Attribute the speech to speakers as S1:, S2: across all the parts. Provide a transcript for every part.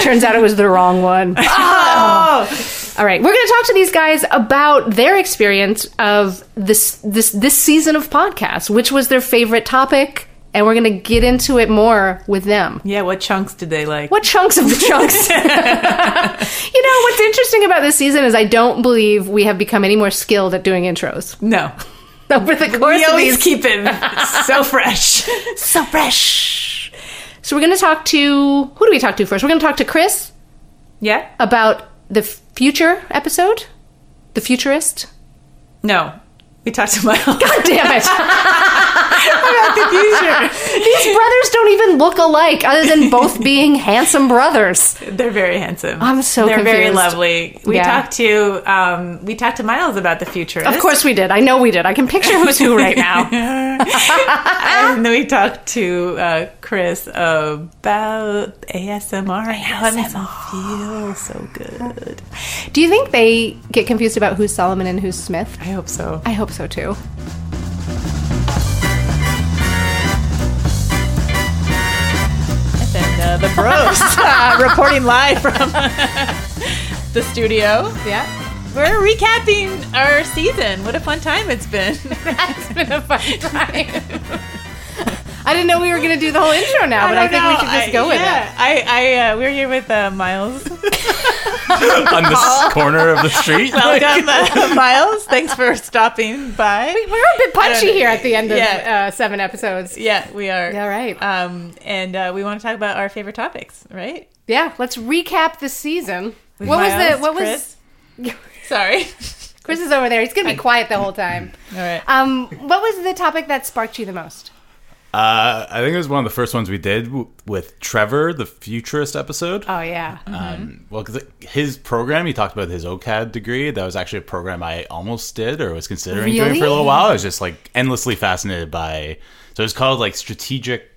S1: Turns out it was the wrong one.
S2: Oh.
S1: All right, we're going to talk to these guys about their experience of this this this season of podcasts, which was their favorite topic, and we're going to get into it more with them.
S2: Yeah, what chunks did they like?
S1: What chunks of the chunks? you know, what's interesting about this season is I don't believe we have become any more skilled at doing intros.
S2: No.
S1: Over the course
S2: We
S1: of
S2: always
S1: these
S2: keep it so fresh.
S1: so fresh. So we're going to talk to who do we talk to first? We're going to talk to Chris
S2: Yeah?
S1: about the future episode, the futurist.
S2: No. We talked to Miles.
S1: Damn it!
S2: These
S1: These brothers don't even look alike, other than both being handsome brothers.
S2: are- They're very handsome.
S1: I'm so
S2: They're very
S1: confused.
S2: lovely. We
S1: Yeah.
S2: talked to um, we talked to Miles about the future.
S1: Of course we did. I know we did. I can picture who's who right now.
S2: and then we talked to uh, Chris about ASMR. How it makes them feel so good.
S1: Do you think they get confused about who's Solomon and who's Smith?
S2: I hope so.
S1: I hope so too.
S2: And uh, the bros uh, reporting live from the studio.
S1: Yeah.
S2: We're recapping our season. What a fun time it's been.
S1: It's been a fun time. I didn't know we were going to do the whole intro now, but I, think we should just go with it.
S2: I, I uh, we're here with uh, Miles.
S3: On the corner of the street?
S2: Welcome, uh, Miles. Thanks for stopping by.
S1: We're a bit punchy
S2: know.
S1: here at the end of
S2: Yeah.
S1: uh, seven episodes.
S2: Yeah, we are.
S1: All right.
S2: Um, and uh, we want to talk about our favorite topics, right?
S1: Yeah, let's recap the season. what was the what was Chris,
S2: was? Sorry.
S1: is over there. He's going to be quiet the whole time.
S2: All right.
S1: Um, what was the topic that sparked you the most?
S4: Uh, I think it was one of the first ones we did w- with Trevor, the futurist episode.
S2: Oh yeah.
S4: Um, well, because his program, he talked about his OCAD degree. That was actually a program I almost did or was considering doing for a little while. I was just like endlessly fascinated by. So it's called like strategic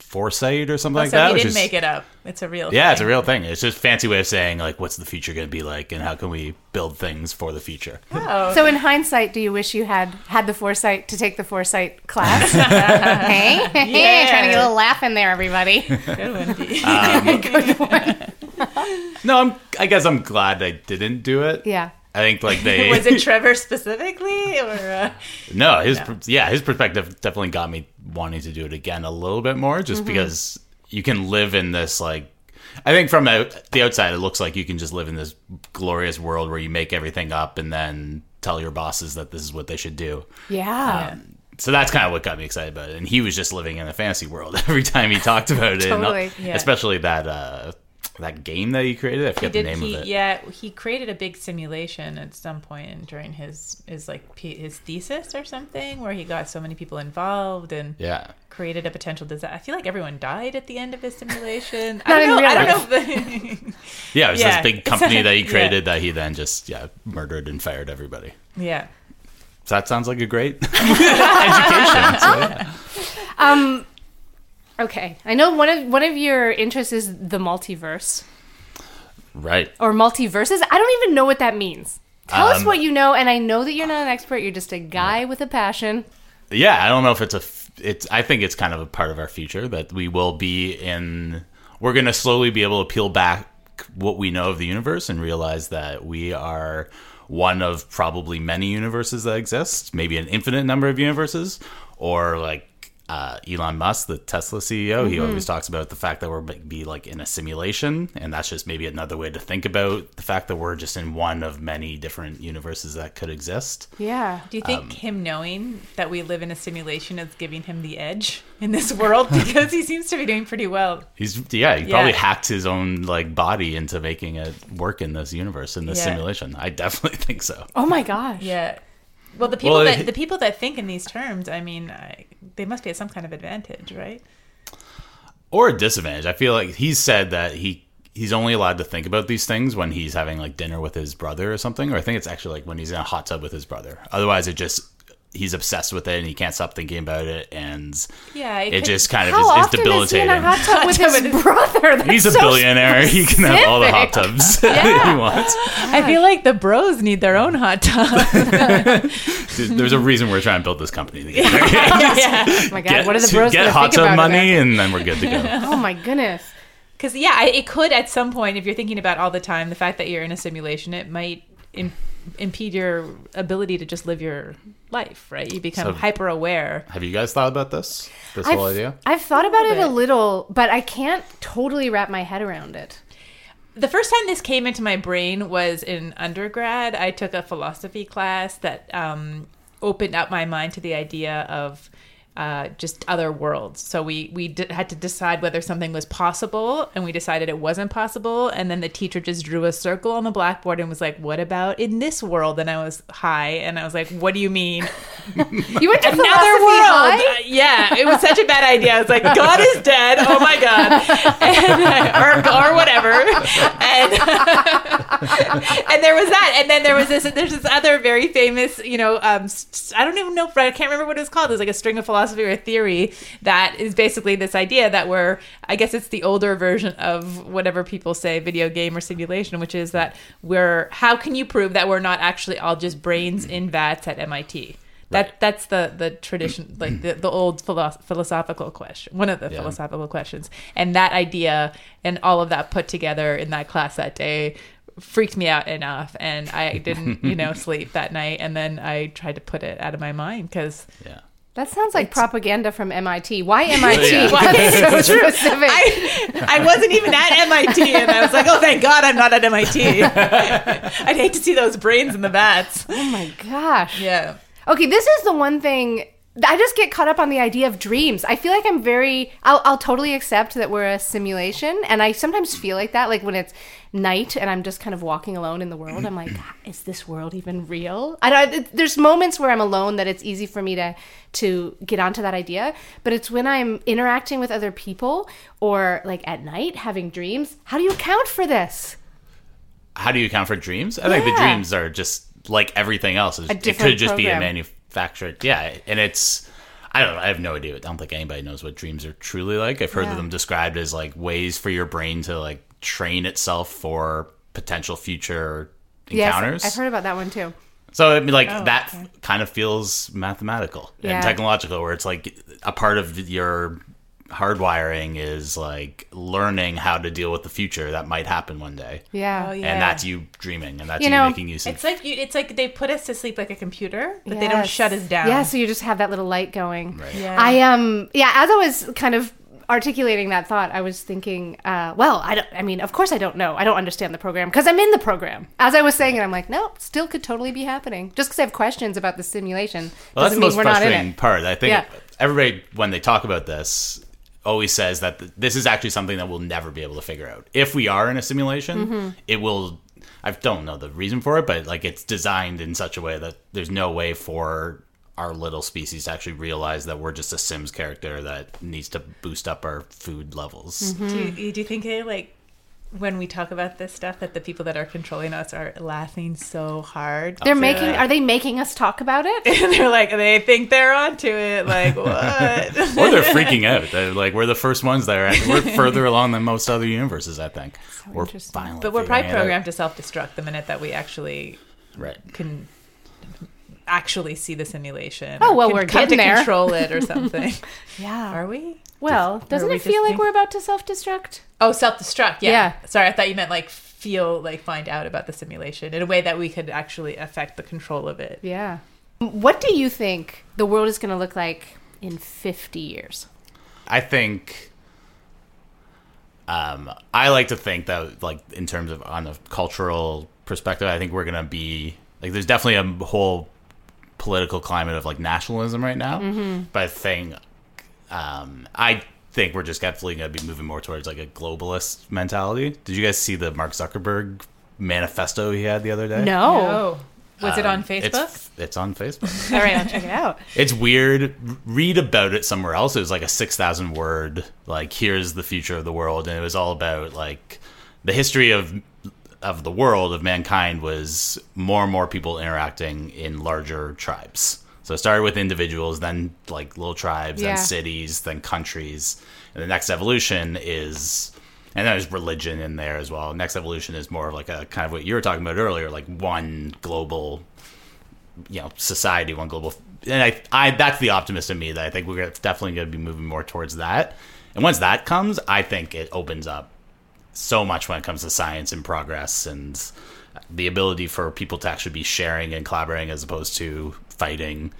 S4: foresight or something like
S2: Oh, so
S4: that.
S2: he
S4: which
S2: didn't
S4: is-
S2: make it up. It's a real.
S4: Yeah,
S2: thing.
S4: it's a real thing. It's just a fancy way of saying like, what's the future going to be like, and how can we build things for the future?
S1: So in hindsight, do you wish you had had the foresight to take the foresight class? hey,
S2: Yeah.
S1: trying to get a little laugh in there, everybody.
S4: No, I'm. I guess I'm glad I didn't do it.
S1: Yeah.
S4: I think like they
S2: Was it Trevor specifically, or uh,
S4: No, his per- yeah, his perspective definitely got me wanting to do it again a little bit more, just
S2: Mm-hmm.
S4: because you can live in this like. I think from out- the outside, it looks like you can just live in this glorious world where you make everything up and then tell your bosses that this is what they should do.
S1: Yeah.
S4: So that's kind of what got me excited about it. And he was just living in a fantasy world every time he talked about it, and, uh,
S1: Totally,
S2: yeah.
S4: especially that uh, that game that he created. I forget the
S2: did
S4: name
S2: he?
S4: of it.
S2: Yeah, he created a big simulation at some point during his his like P, his thesis or something, where he got so many people involved and
S4: yeah.
S2: created a potential disaster. I feel like everyone died at the end of his simulation.
S1: Not
S2: I
S1: in
S2: don't know.
S1: real
S2: I don't know. If the,
S4: Yeah, it was
S2: Yeah.
S4: this big company that he
S2: Yeah.
S4: created that he then just yeah murdered and fired everybody.
S2: yeah.
S4: So that sounds like a great education. So, yeah.
S5: Okay, I know one of one of your interests is the multiverse
S4: Right.
S5: or multiverses. I don't even know what that means. Tell us
S4: Um,
S5: what you know, and I know that you're not an expert. You're just a guy with a passion.
S4: Yeah, I don't know if it's a. f- It's. I think it's kind of a part of our future that we will be in. We're going to slowly be able to peel back what we know of the universe and realize that we are one of probably many universes that exist, maybe an infinite number of universes, or like. Uh, Elon Musk, the Tesla CEO, he always talks about the fact that we're be like in a simulation, and that's just maybe another way to think about the fact that we're just in one of many different universes that could exist.
S5: Yeah.
S2: Do you
S4: Um,
S2: think him knowing that we live in a simulation is giving him the edge in this world because he seems to be doing pretty well?
S4: He's yeah, he probably
S2: Yeah.
S4: hacked his own like body into making it work in this universe in this
S2: Yeah.
S4: simulation. I definitely think so.
S5: Oh my gosh.
S2: Yeah. Well, the people
S4: Well,
S2: that
S4: it-
S2: the people that think in these terms, I mean, I, they must be at some kind of advantage, right?
S4: Or a disadvantage. I feel like he said that he he's only allowed to think about these things when he's having like dinner with his brother or something. Or I think it's actually like when he's in a hot tub with his brother. Otherwise, it just he's obsessed with it and he can't stop thinking about it and
S2: Yeah,
S4: it,
S2: it could-
S4: just kind of
S5: How
S4: is, is
S5: often is he in
S4: debilitating.
S5: a hot tub with
S2: Hot tub
S5: his brother? That's
S4: he's a
S5: so
S4: billionaire. He can have all the hot tubs he wants.
S2: I feel like the bros need their own hot tub.
S4: Dude, There's a reason we're trying to build this company together.
S5: Oh my god, what are the bros
S4: get
S5: gonna
S4: hot
S5: think about
S4: tub
S5: it
S4: money, and then we're good to go.
S5: then? Oh my goodness.
S2: Because yeah, I- it could at some point, if you're thinking about all the time, the fact that you're in a simulation, it might Im- impede your ability to just live your life, right? You become
S4: So-
S2: hyper aware.
S4: Have you guys thought about this? This whole idea?
S5: I've thought about it a
S2: bit.
S5: little, but I can't totally wrap my head around it.
S2: The first time this came into my brain was in undergrad. I took a philosophy class that um, opened up my mind to the idea of uh, just other worlds. So we we d- had to decide whether something was possible, and we decided it wasn't possible. And then the teacher just drew a circle on the blackboard and was like, "What about in this world?" And I was high, and I was like, "What do you mean?"
S5: You went to another
S2: another world. Uh, yeah, it was such a bad idea. I was like, God is dead. Oh my God, and, uh, or, or whatever. And, and there was that. And then there was this. There's this other very famous. You know, um, s- s- I don't even know. I can't remember what it was called. It was like a string of philosophy or a theory that is basically this idea that we're. I guess it's the older version of whatever people say, video game or simulation, which is that we're. How can you prove that we're not actually all just brains in vats at MIT? That that's the the tradition, like the, the old philo- philosophical question, one of the philosophical questions, and that idea and all of that put together in that class that day freaked me out enough, and I didn't you know sleep that night, and then I tried to put it out of my mind because
S4: Yeah.
S5: That sounds like propaganda from MIT. Why MIT?
S4: Yeah.
S5: That's so specific.
S2: I, I wasn't even at MIT, and I was like, oh thank God I'm not at MIT. I'd hate to see those brains in the vats.
S5: oh my gosh.
S2: Yeah.
S5: Okay, this is the one thing
S1: I just get caught up on the idea of dreams. I feel like I'm very. I'll, I'll totally accept that we're a simulation, and I sometimes feel like that. Like when it's night and I'm just kind of walking alone in the world, I'm like, is this world even real? I don't. it- There's moments where I'm alone that it's easy for me to to get onto that idea, but it's when I'm interacting with other people or like at night having dreams. How do you account for this?
S4: How do you account for dreams? I think the
S1: Yeah.
S4: dreams are just like everything else. It could just
S1: different
S4: be a
S1: program.
S4: manufactured. Yeah, and it's. I don't know. I have no idea. I don't think anybody knows what dreams are truly like. I've heard
S1: Yeah.
S4: them described as like ways for your brain to like train itself for potential future encounters.
S1: Yes, I've heard about that one too.
S4: So I mean, like
S1: Oh,
S4: that
S1: okay.
S4: kind of feels mathematical
S1: Yeah.
S4: and technological, where it's like a part of your hardwiring is like learning how to deal with the future that might happen one day.
S1: Yeah. Oh, yeah.
S4: and that's you dreaming, and that's
S1: You
S4: you,
S1: know,
S4: making use of.
S2: It's like you, it's like they put us to sleep like a computer, but they don't shut us down.
S1: Yeah, so you just have that little light going.
S2: Yeah.
S1: I um yeah, as I was kind of articulating that thought, I was thinking, uh, well, I don't I mean, of course I don't know. I don't understand the program because I'm in the program. As I was saying it, I'm like, nope, still could totally be happening. Just because I have questions about the simulation
S4: Well, that's
S1: doesn't
S4: the
S1: mean
S4: most
S1: we're not in
S4: frustrating
S1: it.
S4: part. I think
S1: Yeah.
S4: everybody, when they talk about this, always says that th- this is actually something that we'll never be able to figure out. If we are in a simulation,
S1: Mm-hmm.
S6: Mhm.
S4: it will. I don't know the reason for it, but like it's designed in such a way that there's no way for our little species to actually realize that we're just a Sims character that needs to boost up our food levels.
S1: Mm-hmm.
S2: Do you, do you think they like when we talk about this stuff that the people that are controlling us are laughing so hard?
S1: They're making are they making us talk about it?
S2: They're like they think they're onto it. Like what?
S4: or they're freaking out. They're, like we're the first ones that are. act- We're further along than most other universes, I think. we're finally
S2: But we're
S4: figuring
S2: probably
S4: it out.
S2: programmed to self-destruct the minute that we actually
S4: Right.
S2: can actually see the simulation.
S1: Oh,
S2: or
S1: well,
S2: can
S1: we're
S2: come
S1: getting
S2: to
S1: there.
S2: control it or something.
S1: yeah.
S2: Are we?
S1: Well,
S2: Or are
S1: doesn't
S2: we
S1: it feel
S2: just
S1: like
S2: think-
S1: we're about to self-destruct?
S2: Oh, self-destruct. Yeah.
S1: Yeah.
S2: Sorry, I thought you meant like feel like find out about the simulation in a way that we could actually affect the control of it.
S1: Yeah. What do you think the world is going to look like in 50 years?
S4: I think um, I like to think that like in terms of on a cultural perspective, I think we're gonna be like there's definitely a whole political climate of like nationalism right now.
S6: Mhm.
S4: But I think um, I think we're just definitely gonna be moving more towards like a globalist mentality. Did you guys see the Mark Zuckerberg manifesto he had the other day?
S1: Oh.
S2: No. Was it
S4: Um,
S2: on Facebook?
S4: It's, it's on Facebook.
S2: All right, I'll check it out.
S4: It's weird. Read about it somewhere else. It was like a 6,000 word, like, here's the future of the world. And it was all about, like, the history of of the world of mankind was more and more people interacting in larger tribes. So it started with individuals, then like little tribes,
S6: Yeah.
S4: then cities, then countries. And the next evolution is and there's religion in there as well. Next evolution is more of like a kind of what you were talking about earlier, like one global you know, society, one global and I I that's the optimist in me that I think we're definitely going to be moving more towards that. And once that comes, I think it opens up so much when it comes to science and progress and the ability for people to actually be sharing and collaborating as opposed to fighting.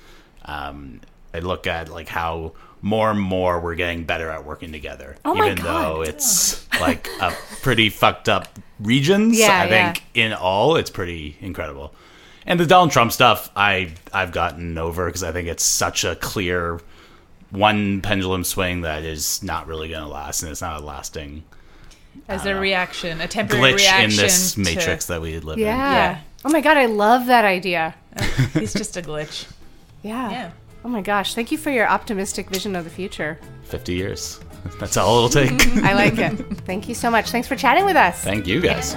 S4: Um, I look at like how more and more we're getting better at working together,
S6: Oh my
S4: even though it's like a pretty fucked up regions.
S6: Yeah,
S4: I
S6: yeah.
S4: think in all, it's pretty incredible. And the Donald Trump stuff, I I've gotten over because I think it's such a clear one pendulum swing that is not really going to last, and it's not a lasting
S2: As a reaction, a temporary
S4: glitch
S2: reaction
S4: in this
S2: to-
S4: matrix that we live
S1: Yeah.
S4: in.
S1: Oh my God, I love that idea.
S2: He's just a glitch.
S1: Yeah.
S2: Yeah.
S1: Oh my gosh, thank you for your optimistic vision of the future.
S4: 50 years. That's all it'll take.
S1: I like it. Thank you so much. Thanks for chatting with us.
S4: Thank you guys.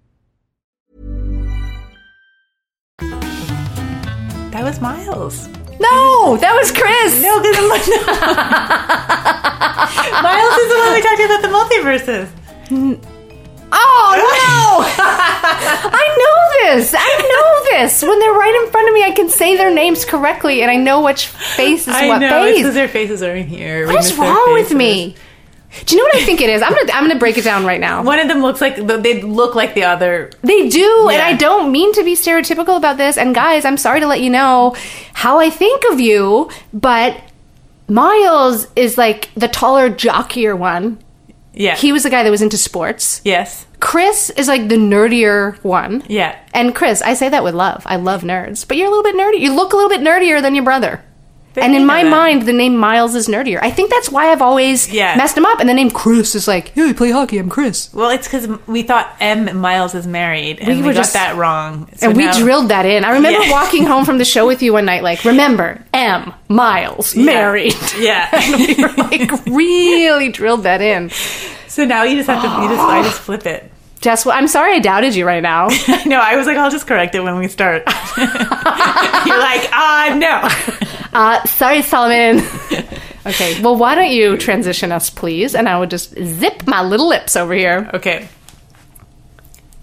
S2: That was Miles.
S1: No, that was Chris.
S2: No, because Miles is the one we talked about the multiverses.
S1: Oh no! I know this. I know this. When they're right in front of me, I can say their names correctly, and I know which face is
S2: I
S1: what
S2: know, it's
S1: face.
S2: 'cause their faces are in here. We
S1: What's
S2: miss their
S1: wrong with
S2: faces.
S1: me? Do you know what I think it is? I'm gonna I'm gonna break it down right now.
S2: One of them looks like they look like the other.
S1: They do, and I don't mean to be stereotypical about this. And guys, I'm sorry to let you know how I think of you, but Miles is like the taller, jockier one.
S2: Yeah.
S1: He was the guy that was into sports.
S2: Yes.
S1: Chris is like the nerdier one.
S2: Yeah.
S1: And Chris, I say that with love. I love nerds, but you're a little bit nerdy. You look a little bit nerdier than your brother. and in my mind, the name Miles is nerdier. I think that's why I've always
S2: Yeah.
S1: messed him up. And the name Chris is like, yeah, you play hockey. I'm Chris.
S2: Well, it's because we thought M Miles is married, and we,
S1: were
S2: got
S1: just-
S2: that wrong. So
S1: and we
S2: now-
S1: drilled that in. I remember
S2: Yeah.
S1: walking home from the show with you one night, like, remember, M, Miles, married.
S2: Yeah.
S1: like really drilled that in.
S2: So now you just have to. You just I just flip it.
S1: Jess, well, I'm sorry I doubted you right now.
S2: No, I was like, I'll just correct it when we start. You're like, ah, no.
S1: Uh, sorry, Solomon. okay, well, why don't you transition us, please? And I would just zip my little lips over here.
S2: Okay.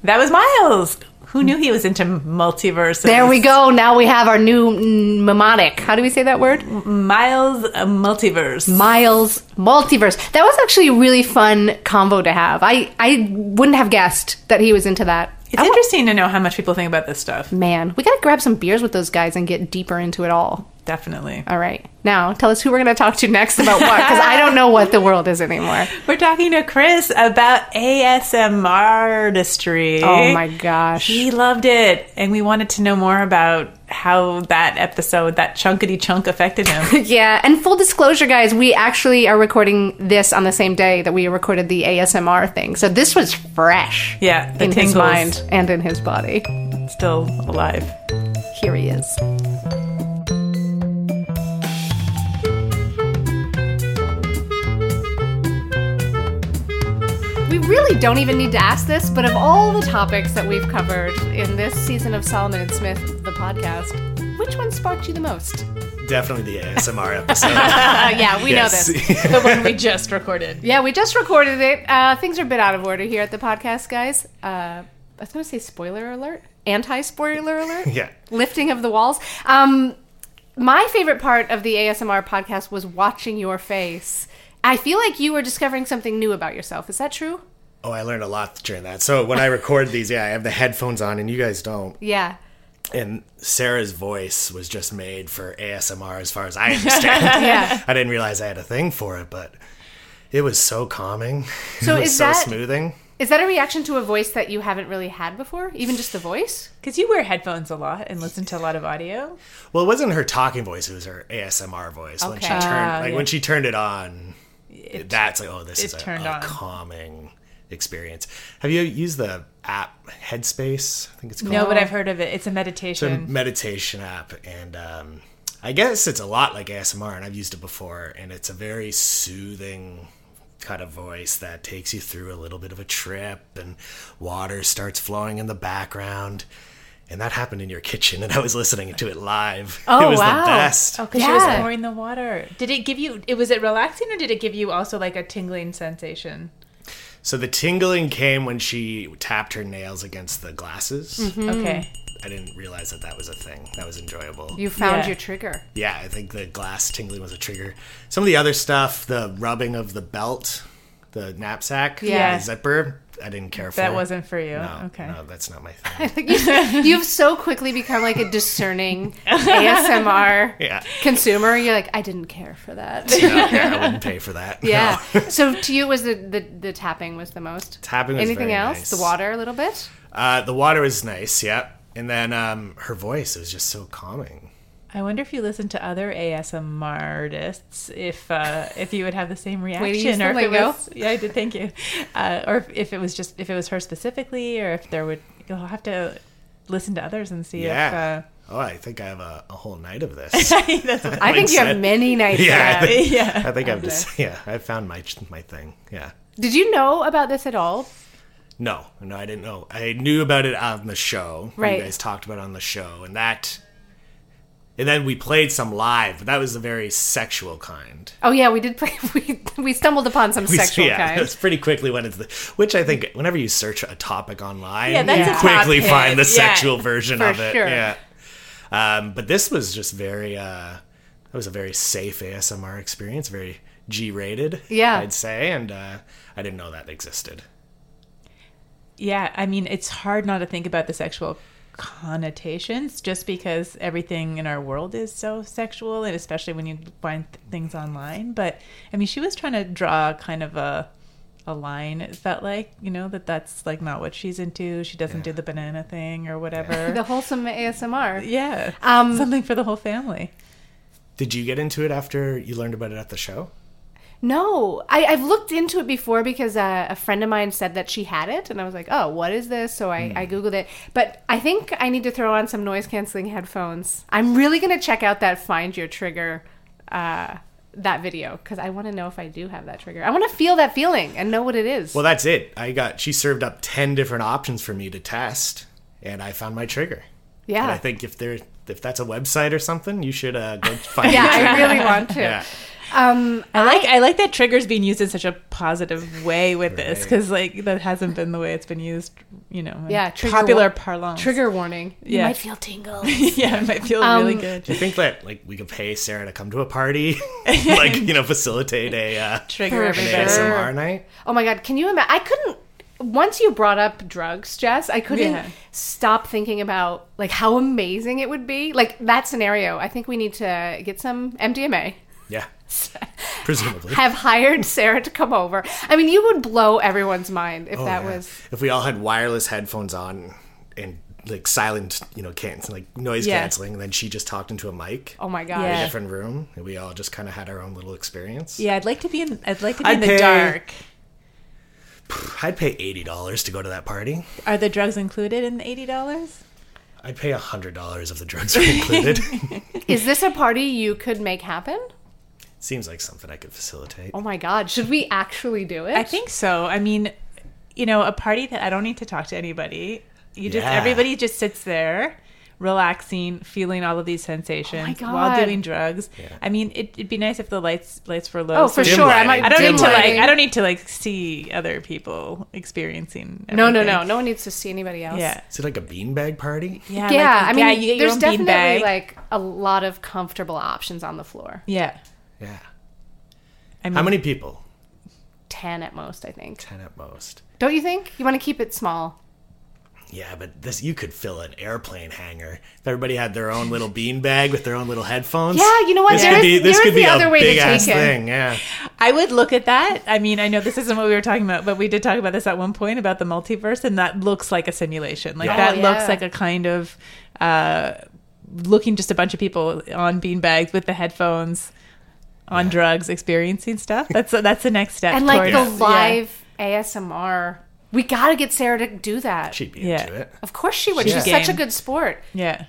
S2: That was Miles. Who knew he was into multiverses?
S1: There we go. Now we have our new mm, mnemonic. How do we say that word?
S2: Miles uh, multiverse.
S1: Miles Multiverse. That was actually a really fun combo to have. I, I wouldn't have guessed that he was into that.
S2: It's interesting to know how much people think about this stuff.
S1: Man, we gotta grab some beers with those guys and get deeper into it all.
S2: Definitely.
S1: All right. Now, tell us who we're gonna talk to next about what, because I don't know what the world is anymore.
S2: We're talking to Chris about ASMR artistry.
S1: Oh my gosh.
S2: He loved it, and we wanted to know more about how that episode, that chunkity chunk, affected him.
S1: Yeah, and full disclosure, guys, we actually are recording this on the same day that we recorded the ASMR thing. So this was fresh
S2: Yeah, the
S1: in his
S2: tingles.
S1: mind and in his body.
S2: Still alive.
S1: Here he is. We really don't even need to ask this, but of all the topics that we've covered in this season of Solomon and Smith, the podcast, which one sparked you the most?
S4: Definitely the ASMR episode.
S1: Uh, yeah, we
S4: Yes.
S1: know this. the one we just recorded. Yeah, we just recorded it. Uh, things are a bit out of order here at the podcast, guys. Uh, I was going to say spoiler alert, anti spoiler alert.
S4: Yeah.
S1: Lifting of the walls. Um, my favorite part of the ASMR podcast was watching your face. I feel like you were discovering something new about yourself. Is that true?
S4: Oh, I learned a lot during that. So when I record these, yeah, I have the headphones on, and you guys don't.
S1: Yeah.
S4: And Sarah's voice was just made for ASMR, as far as I understand.
S1: Yeah.
S4: I didn't realize I had a thing for it, but it was so calming.
S1: So
S4: it was
S1: is
S4: so
S1: that-
S4: smoothing.
S1: Is that a reaction to a voice that you haven't really had before? Even just the voice?
S2: Because you wear headphones a lot and listen to a lot of audio.
S4: Well, it wasn't her talking voice; it was her ASMR voice. When she
S2: Okay.
S4: turned,
S2: Ah,
S4: like
S2: yeah.
S4: when she turned it on, that's like, oh, this
S2: it
S4: is a,
S2: turned
S4: a
S2: on.
S4: calming experience. Have you used the app Headspace? I think it's called.
S2: No, but I've heard of it. It's a
S4: It's a
S2: meditation.
S4: meditation app, and um, I guess it's a lot like ASMR, and I've used it before, and it's a very soothing kind of voice that takes you through a little bit of a trip, and water starts flowing in the background. And that happened in your kitchen, and I was listening to it live. it was the best.
S2: Oh, because she was
S1: Yeah.
S2: pouring the water. Did it give you? It was it relaxing, or did it give you also like a tingling sensation?
S4: So the tingling came when she tapped her nails against the glasses.
S1: Hmm.
S2: Okay.
S4: I didn't realize that that was a thing. That was enjoyable.
S1: You found
S2: Yeah.
S1: your trigger.
S4: Yeah, I think the glass tingling was a trigger. Some of the other stuff, the rubbing of the belt, the knapsack,
S1: Yeah.
S4: the zipper, I didn't care for.
S2: That wasn't for you.
S4: No,
S2: Okay.
S4: no, that's not my thing.
S1: You've so quickly become like a discerning ASMR
S4: Yeah.
S1: consumer. You're like, I didn't care for that.
S4: No, yeah, I wouldn't pay for that.
S1: Yeah.
S4: No.
S1: so to you, it was the, the the tapping was the most.
S4: Tapping was
S1: Anything
S4: very
S1: else?
S4: nice.
S1: The water a little bit.
S4: Uh, the water was nice. Yep. And then um, her voice was just so calming.
S2: I wonder if you listen to other ASMR artists, if uh, if you would have the same reaction,
S1: Way to use the
S2: or if it
S1: lingo.
S2: was, yeah, I did. Thank you, uh, or if, if it was just if it was her specifically, or if there would you'll have to listen to others and see uh,
S1: Uh,
S4: yeah. oh, I think I have a, a whole night of this.
S2: if. Uh, that's what
S1: I think you have many nights
S4: Yeah, I
S1: of
S4: think,
S1: that.
S4: I think
S1: Yeah.
S4: I've just yeah, I found my my thing. Yeah.
S1: Did you know about this at all?
S4: No, no, I didn't know. I knew about it on the show.
S1: Right.
S4: You guys talked about it on the show, and that, and then we played some live, but that was a very sexual kind.
S1: Oh yeah, we did play. We we stumbled upon some
S4: We-
S1: sexual
S4: yeah,
S1: kind.
S4: it's pretty quickly went into the. Which I think, whenever you search a topic online,
S1: Yeah, that's
S4: you
S1: a top
S4: quickly
S1: hit.
S4: find the
S1: Yeah,
S4: sexual version
S1: for
S4: of it.
S1: sure.
S4: Yeah. Um, but this was just very. Uh, that was a very safe ASMR experience. Very G-rated.
S2: Yeah.
S4: I'd say, and uh, I didn't know that existed.
S2: Yeah, I mean, it's hard not to think about the sexual connotations just because everything in our world is so sexual, and especially when you find th- things online. But I mean, she was trying to draw kind of a a line. It felt like you know that that's like not what she's into. She doesn't do the banana thing or whatever.
S1: The wholesome ASMR.
S2: Yeah,
S1: Um,
S2: something for the whole family.
S4: Did you get into it after you learned about it at the show?
S1: No, I, I've looked into it before because uh, a friend of mine said that she had it, and I was like, "Oh, what is this?" So I,
S4: Hmm.
S1: I googled it. But I think I need to throw on some noise canceling headphones. I'm really gonna check out that find your trigger, uh, that video because I want to know if I do have that trigger. I want to feel that feeling and know what it is.
S4: Well, that's it. I got she served up ten different options for me to test, and I found my trigger.
S1: Yeah.
S4: And I think if there if that's a website or something, you should uh, go find.
S1: Yeah,
S4: your
S1: I
S4: trigger.
S1: really want to.
S4: Yeah.
S1: Um,
S2: I like I, like that triggers being used in such a positive way with this 'cause this because like that hasn't been the way it's been used, you know. in
S1: Yeah, trigger
S2: popular
S1: war-
S2: parlance.
S1: trigger warning. You might feel tingles.
S2: yeah, it might feel really
S1: Um,
S2: good.
S4: Do you think that like we could pay Sarah to come to a party, like you know, facilitate a uh,
S1: Trigger
S4: an
S1: everybody.
S4: ASMR night?
S1: Oh my god, can you imagine? I couldn't. Once you brought up drugs, Jess, I couldn't
S4: Yeah.
S1: stop thinking about like how amazing it would be. Like that scenario. I think we need to get some MDMA.
S4: Yeah. Presumably.
S1: Have hired Sarah to come over. I mean, you would blow everyone's mind if
S4: Oh,
S1: that
S4: yeah.
S1: was.
S4: if we all had wireless headphones on and like silent, you know, can like noise
S1: Yeah.
S4: canceling, and then she just talked into a mic.
S1: Oh my
S4: in
S1: gosh.
S4: a different room, and we all just kind of had our own little experience.
S2: Yeah, I'd like to be in. I'd like to be
S4: I'd
S2: in the
S4: pay-
S2: dark.
S4: I'd pay eighty dollars to go to that party.
S2: Are the drugs included in the eighty dollars?
S4: I'd pay hundred dollars if the drugs were included.
S1: Is this a party you could make happen?
S4: Seems like something I could facilitate.
S1: Oh my god, should we actually do it?
S2: I think so. I mean, you know, a party that I don't need to talk to anybody. You just
S4: Yeah.
S2: everybody just sits there, relaxing, feeling all of these sensations while
S1: Oh God.
S2: doing drugs. I mean, it, it'd be nice if the lights lights were low.
S1: Oh, for
S2: so-
S1: sure. I might
S2: I don't
S1: dim
S2: need to
S1: lighting.
S2: like. I don't need to like see other people experiencing.
S1: No, no,
S2: everything.
S1: no. No one needs to see anybody else.
S2: Yeah.
S4: Is it like a beanbag party?
S2: Yeah,
S1: yeah,
S2: like-
S1: I mean,
S2: yeah, you get your
S1: there's
S2: own
S1: definitely
S2: beanbag.
S1: like a lot of comfortable options on the floor.
S2: Yeah.
S4: Yeah.
S2: I
S4: How
S2: mean-
S4: many people?
S1: ten at most, I think.
S4: Ten at most.
S1: Don't you think? You want to keep it small.
S4: Yeah, but this you could fill an airplane hangar if everybody had their own little beanbag with their own little headphones.
S1: Yeah, you know what?
S4: This
S1: There
S4: could
S1: is-
S4: be this
S1: there
S4: could
S1: is
S4: be
S1: the
S4: a
S1: other way to
S4: big ass
S1: take it.
S4: thing. Yeah.
S2: I would look at that. I mean, I know this isn't what we were talking about, but we did talk about this at one point about the multiverse, and that looks like a simulation. Like
S1: Yeah.
S2: that
S1: Oh, yeah.
S2: looks like a kind of uh, looking just a bunch of people on beanbags with the headphones on drugs, experiencing stuff. That's that's the next step.
S1: and like the
S2: towards- yeah.
S1: live ASMR. We got to get Sarah to do that.
S4: She'd be into it.
S1: Of course she would.
S4: She's
S1: She's
S4: game.
S1: such a good sport.
S2: Yeah.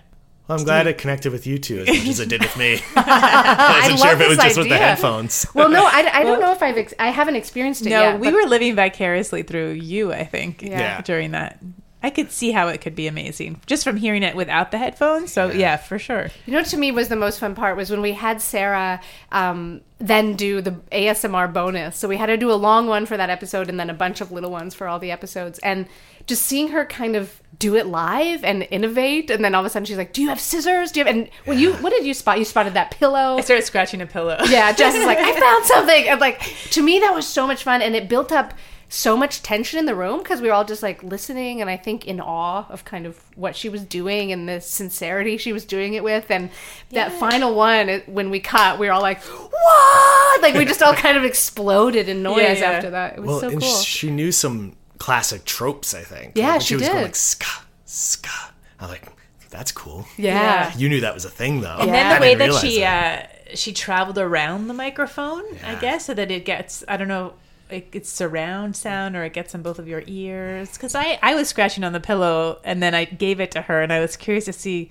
S4: Well, I'm glad it connected with you two as much as it did with me.
S1: I
S4: I wasn't
S1: love
S4: sure if it was
S1: this
S4: just with the
S1: idea.
S4: headphones.
S1: Well, no, I, I don't know if I've ex- I haven't experienced it
S2: No,
S1: yet.
S2: we were living vicariously through you. I think.
S1: Yeah. Yeah.
S2: During that, I could see how it could be amazing just from hearing it without the headphones. So yeah for sure.
S1: You know, what to me was the most fun part was when we had Sarah um, then do the ASMR bonus. So we had to do a long one for that episode, and then a bunch of little ones for all the episodes. And just seeing her kind of do it live and innovate, and then all of a sudden she's like, "Do you have scissors? Do you have?" And when you what did you spot? You spotted that pillow. I
S2: started scratching a pillow.
S1: Yeah, Jess is like, "I found something." And like to me, that was so much fun, and it built up so much tension in the room because we were all just like listening and I think in awe of kind of what she was doing and the sincerity she was doing it with. And that
S2: Yeah.
S1: final one, it- when we cut, we were all like, what? Like, we just all kind of exploded in noise
S2: Yeah, yeah.
S1: after that. It was
S4: well,
S1: so
S4: and
S1: cool.
S4: she knew some classic tropes, I think.
S1: Yeah,
S4: Like,
S1: she
S4: was going
S1: did.
S4: like ska, ska. I'm like, That's cool.
S2: Yeah.
S4: You knew that was a thing though.
S2: And then the
S4: I
S2: way
S4: didn't
S2: that
S4: realize
S2: she Uh, she traveled around the microphone, I guess, so that it gets I don't know, it, it's surround sound or it gets on both of your ears. Because I I was scratching on the pillow and then I gave it to her and I was curious to see.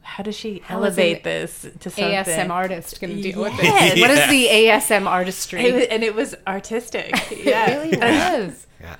S2: How does she
S1: How is
S2: elevate
S1: an
S2: this to something?
S1: ASM artist gonna deal with it?
S2: Yes.
S1: What is the ASM artistry?
S2: It was- and it was artistic. Yeah.
S1: really was. Ah.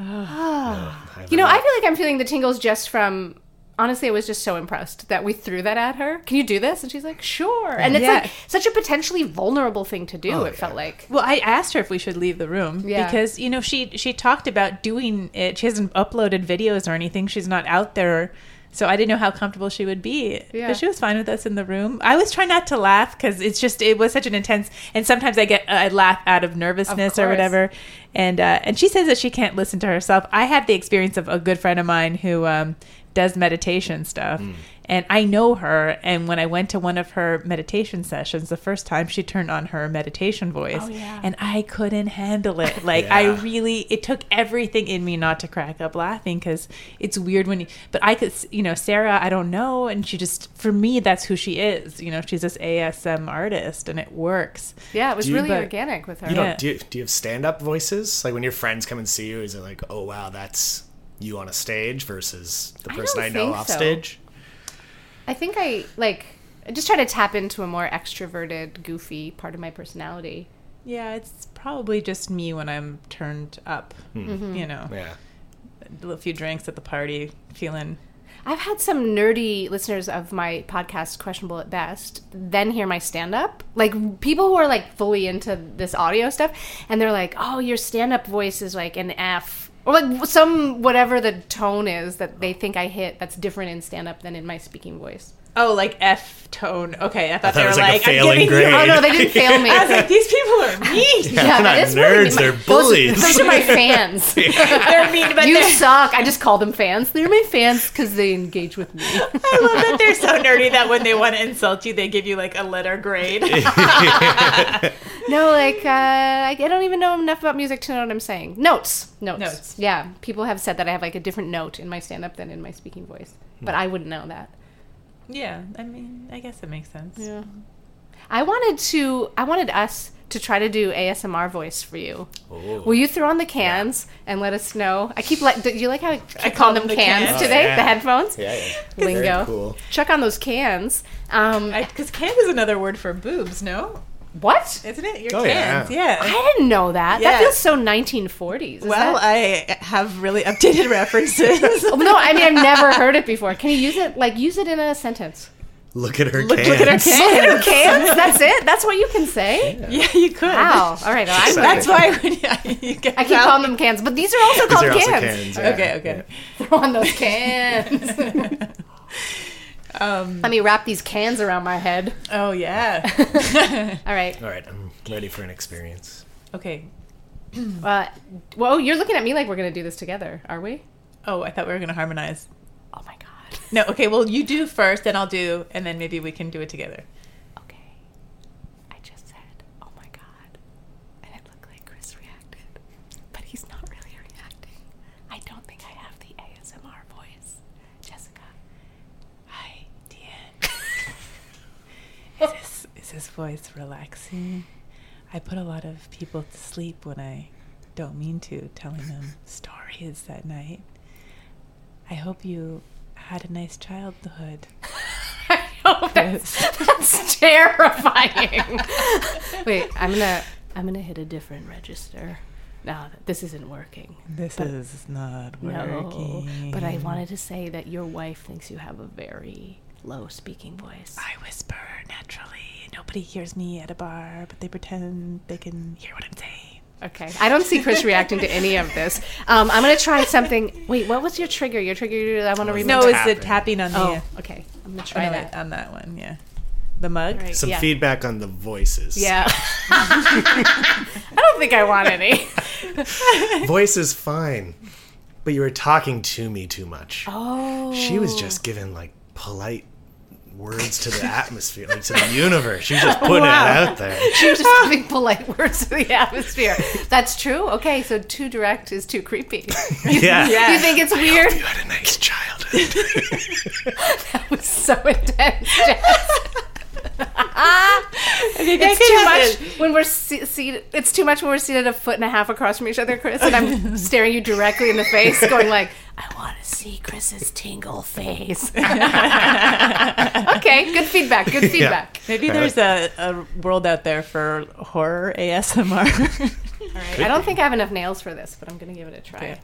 S1: you know, I feel like I'm feeling the tingles just from. Honestly, I was just so impressed that we threw that at her. Can you do this? And she's like, sure. And it's
S2: Yeah.
S1: like such a potentially vulnerable thing to do.
S2: Oh,
S1: it felt like.
S2: Well, I asked her if we should leave the room
S1: Yeah.
S2: because you know she she talked about doing it. She hasn't uploaded videos or anything. She's not out there, so I didn't know how comfortable she would be.
S1: Yeah.
S2: But she was fine with us in the room. I was trying not to laugh because it's just it was such an intense. And sometimes I get I laugh out of nervousness or
S1: course.
S2: whatever. And uh, and she says that she can't listen to herself. I had the experience of a good friend of mine who. Um, does meditation stuff and I know her. And when I went to one of her meditation sessions, the first time she turned on her meditation voice,
S1: Oh, yeah.
S2: and I couldn't handle it. Like I
S1: Yeah.
S2: really, it took everything in me not to crack up laughing because it's weird when you. But I could, s- you know, Sarah, I don't know, and she just for me, that's who she is. You know, she's this ASM artist, and it works.
S1: Yeah, it was
S4: Do you-
S1: really
S4: but-
S1: organic with her.
S4: You know, do you, do you have stand up voices? Like when your friends come and see you, is it like, oh wow, that's you on a stage versus the
S1: I
S4: person
S1: don't
S4: I, know
S1: think
S4: off
S1: so.
S4: stage?
S1: I think I like I just try to tap into a more extroverted, goofy part of my personality.
S2: Yeah, it's probably just me when I'm turned up.
S1: Hmm. Mhm.
S2: You know,
S4: yeah,
S2: a few drinks at the party, feeling
S1: I've had some nerdy listeners of my podcast, Questionable at Best, then hear my stand up. Like people who are like fully into this audio stuff, and they're like, oh, your stand up voice is like an F. Or like some whatever the tone is that they think I hit that's different in stand up than in my speaking voice.
S2: Oh, like F tone. Okay, I thought,
S4: thought it
S2: they were
S4: was like a
S2: like, I'm
S4: failing
S2: giving
S4: grade.
S2: you.
S4: Oh, no, they didn't fail me.
S2: I was like, these people are mean.
S4: Yeah, Yeah, they're that not is really nerds, mean. they're
S1: Those-
S4: bullies.
S1: Those, are my fans.
S2: They're mean, but
S1: you
S2: they're-
S1: suck. I just call them fans. They're my fans because they engage with me.
S2: I love that they're so nerdy that when they want to insult you, they give you like a letter grade.
S1: No, like uh, I I don't even know enough about music to know what I'm saying. Notes, notes,
S2: Notes.
S1: Yeah, people have said that I have like a different note in my stand-up than in my speaking voice,
S2: Hmm.
S1: but I wouldn't know that.
S2: yeah, I mean, I guess it makes sense.
S1: Yeah. I wanted to. I wanted us to try to do ASMR voice for you.
S2: Oh.
S1: Will you throw on the cans and let us know? I keep like. Do you like how I, keep
S2: I
S1: call
S2: call
S1: them
S2: them the
S1: cans,
S2: cans.
S1: today?
S2: Oh, yeah.
S1: The headphones.
S2: Yeah, yeah. Very
S1: Lingo.
S2: cool.
S1: Check on those cans. Um,
S2: because can is another word for boobs. No.
S1: What?
S2: Isn't it? Your
S1: Oh, yeah.
S2: cans. Yeah.
S1: I didn't know that. That
S2: Yeah.
S1: feels so 1940s. Is
S2: Well,
S1: that-
S2: uh, I have really updated references.
S1: Oh, no, I mean I've never heard it before. Can you use it? Like use it in a sentence.
S4: Look at her
S2: Look-
S4: cans.
S2: look at her
S1: Look at her cans. That's it. That's what you can say.
S2: Yeah, you could.
S1: Wow. All right. well, I'm
S2: That's
S1: learning.
S2: why when, yeah, you can,
S1: I keep calling them cans, but these are also
S2: These
S1: called
S2: are
S1: cans.
S2: also cans, yeah. Okay, okay.
S1: Throw on those cans.
S2: Um,
S1: Let me wrap these cans around my head.
S2: Oh yeah.
S1: All right.
S4: All right, I'm ready for an experience.
S2: Okay.
S1: Uh, whoa, you're looking at me like we're gonna do this together, are we?
S2: Oh, I thought we were going to harmonize. Oh my god. No, okay, well you do first, then I'll do and then maybe we can do it together.
S1: I just said, "Oh my god," and it looked like Chris reacted, but he's not really reacting. I don't think I have the ASMR voice, Jessica.
S2: Hi, Deanne. is, this, is this voice relaxing? I put a lot of people to sleep when I don't mean to, telling them stories that night. I hope you had a nice childhood.
S1: that's, that's terrifying. Wait, I'm gonna I'm gonna hit a different register. No, this isn't working.
S2: This
S1: But-
S2: is not
S1: No, but I
S2: working.
S1: wanted to say that your wife thinks you have a very low speaking voice.
S2: I whisper naturally. Nobody hears me at a bar, but they pretend they can hear what I'm saying.
S1: Okay. I don't see Chris reacting to any of this. Um, I'm gonna try something. Wait, what was your trigger? Your trigger? I want to remember.
S2: No, it's the Oh, tapping on the.
S1: Oh, okay. I'm gonna try
S2: on
S1: that.
S2: on that one. Yeah, the mug.
S4: Some feedback on the voices.
S1: Yeah. I don't think I want any.
S4: Voice is fine, but you were talking to me too much.
S1: Oh.
S4: She was just giving like polite words to the atmosphere, like to the universe. She's just putting
S1: Wow.
S4: it out there.
S1: You're just giving polite words to the atmosphere. That's true. Okay, so too direct is too creepy.
S4: Yeah.
S1: You think it's weird? You
S4: had a nice childhood.
S1: that was so intense. Jess.
S7: that could
S1: it's too
S7: happen.
S1: much when we're se- seated. It's too much when we're seated a foot and a half across from each other, Chris, and I'm staring you directly in the face, going like, "I want to see Chris's tingle face." okay, good feedback. Good
S2: Yeah.
S1: feedback.
S2: Maybe there's a, a world out there for horror ASMR.
S1: All right. I don't think I have enough nails for this, but I'm gonna give it a try.
S2: Okay.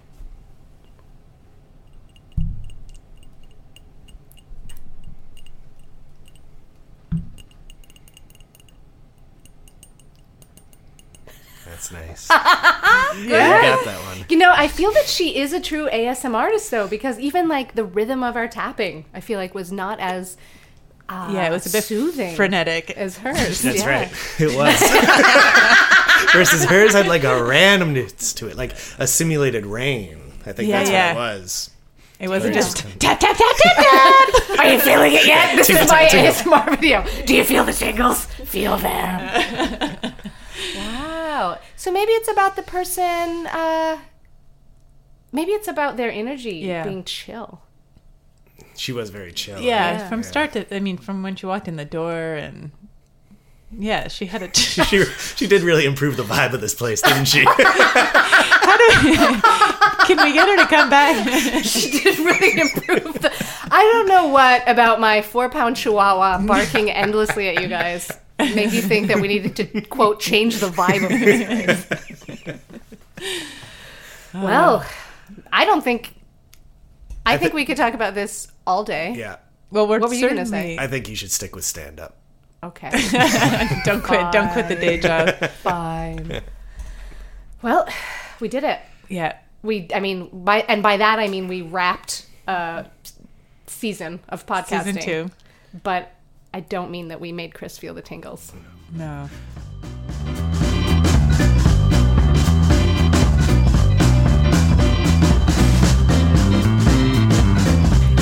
S4: That's nice.
S1: Good.
S4: Yeah, you got that one.
S1: You know, I feel that she is a true ASM artist though, because even like the rhythm of our tapping, I feel like was not as uh,
S2: Yeah, it was a bit
S1: soothing
S2: frenetic
S1: as hers.
S4: That's
S1: yeah.
S4: right. It was. Versus hers had like a randomness to it, like a simulated rain. I think
S2: Yeah,
S4: that's
S2: yeah.
S4: what it was.
S2: It wasn't
S4: Very
S2: just
S4: interesting.
S1: tap tap tap tap tap. Are you feeling it yet? This
S4: Tingle,
S1: is my
S4: tingle, tingle.
S1: ASMR video. Do you feel the tingles? Feel them. wow. So maybe it's about the person. Uh, maybe it's about their energy
S2: Yeah.
S1: being chill.
S4: She was very chill.
S2: yeah, from start to I mean from when she walked in the door and yeah, she had a
S4: she she did really improve the vibe of this place, didn't she?
S2: Can we get her to come back?
S1: she did really improve. The, I don't know what about my four-pound Chihuahua barking endlessly at you guys made you think that we needed to quote change the vibe of this place. Well, I don't think. I, think we could talk about this all day.
S4: Yeah.
S2: Well, we're
S1: what were you gonna say?
S4: I think you should stick with stand up.
S1: Okay.
S2: Don't quit- don't quit the day job.
S1: Fine. Well, we did it.
S2: Yeah.
S1: We. I mean, by and by that I mean we wrapped a season of podcasting.
S2: Season two.
S1: But I don't mean that we made Chris feel the tingles.
S2: No.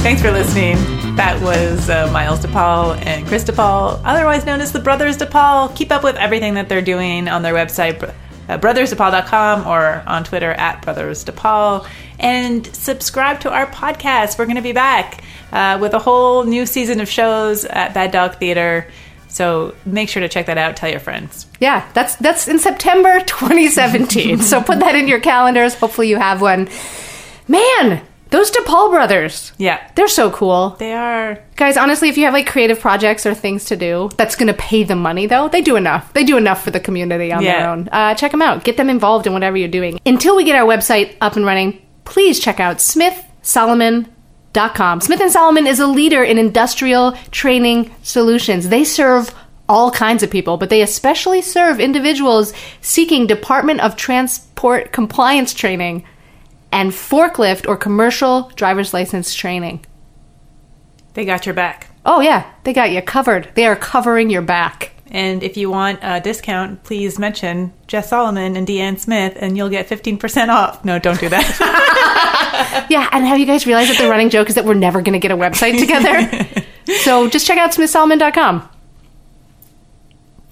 S2: Thanks for listening. That was uh, Miles DePaul and Chris DePaul, otherwise known as the Brothers DePaul. Keep up with everything that they're doing on their website, br- uh, brothersdepaul.com, or on Twitter at Brothers DePaul. And subscribe to our podcast. We're going to be back uh, with a whole new season of shows at Bad Dog Theater. So make sure to check that out. Tell your friends.
S1: Yeah, that's that's in September 2017. so put that in your calendars. Hopefully you have one. Man, those DePaul brothers.
S2: Yeah.
S1: They're so cool.
S2: They are.
S1: Guys, honestly, if you have like creative projects or things to do that's going to pay them money, though, they do enough. They do enough for the community on their
S2: Yeah.
S1: own. Uh, check them out. Get them involved in whatever you're doing. Until we get our website up and running, please check out smithsolomon.com. Smith and Solomon is a leader in industrial training solutions. They serve all kinds of people, but they especially serve individuals seeking Department of Transport compliance training and forklift or commercial driver's license training.
S2: They got your back.
S1: Oh yeah, they got you covered. They are covering your back.
S2: And if you want a discount, please mention Jess Solomon and Deanne Smith, and you'll get 15% off. No, don't do that.
S1: Yeah, and have you guys realized that the running joke is that we're never going to get a website together? so just check out smithsalmon.com.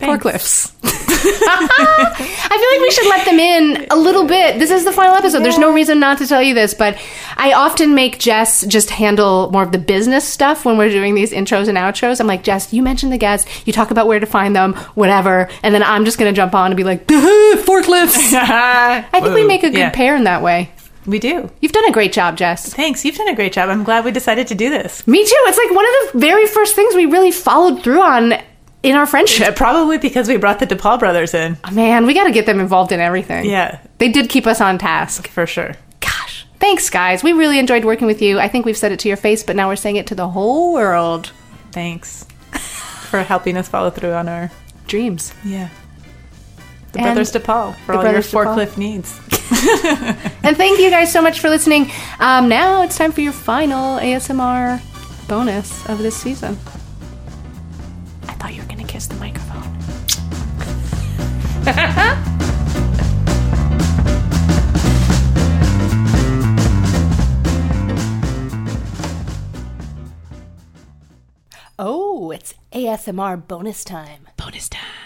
S1: Forklifts. I feel like we should let them in a little bit. This is the final episode. There's no reason not to tell you this, but I often make Jess just handle more of the business stuff when we're doing these intros and outros. I'm like, Jess, you mentioned the guests, you talk about where to find them, whatever, and then I'm just going to jump on and be like, "Duh, forklifts. I think we
S2: Whoa.
S1: make a good
S2: Yeah.
S1: pair in that way.
S2: We do.
S1: You've done a great job, Jess.
S2: Thanks. You've done a great job. I'm glad we decided to do this.
S1: Me too. It's like one of the very first things we really followed through on in our friendship.
S2: probably because we brought the DePaul brothers in.
S1: Man, we got to get them involved in everything.
S2: Yeah.
S1: They did keep us on task.
S2: For sure.
S1: Gosh. Thanks, guys. We really enjoyed working with you. I think we've said it to your face, but now we're saying it to the whole world.
S2: Thanks for helping us follow through on our
S1: dreams.
S2: Yeah. The
S1: And
S2: Brothers DePaul for
S1: the
S2: all your
S1: Brothers DePaul.
S2: forklift needs.
S1: And thank you guys so much for listening. Um, now it's time for your final ASMR bonus of this season. I thought you were going to kiss the microphone.
S8: Oh, it's ASMR bonus time.
S1: Bonus time.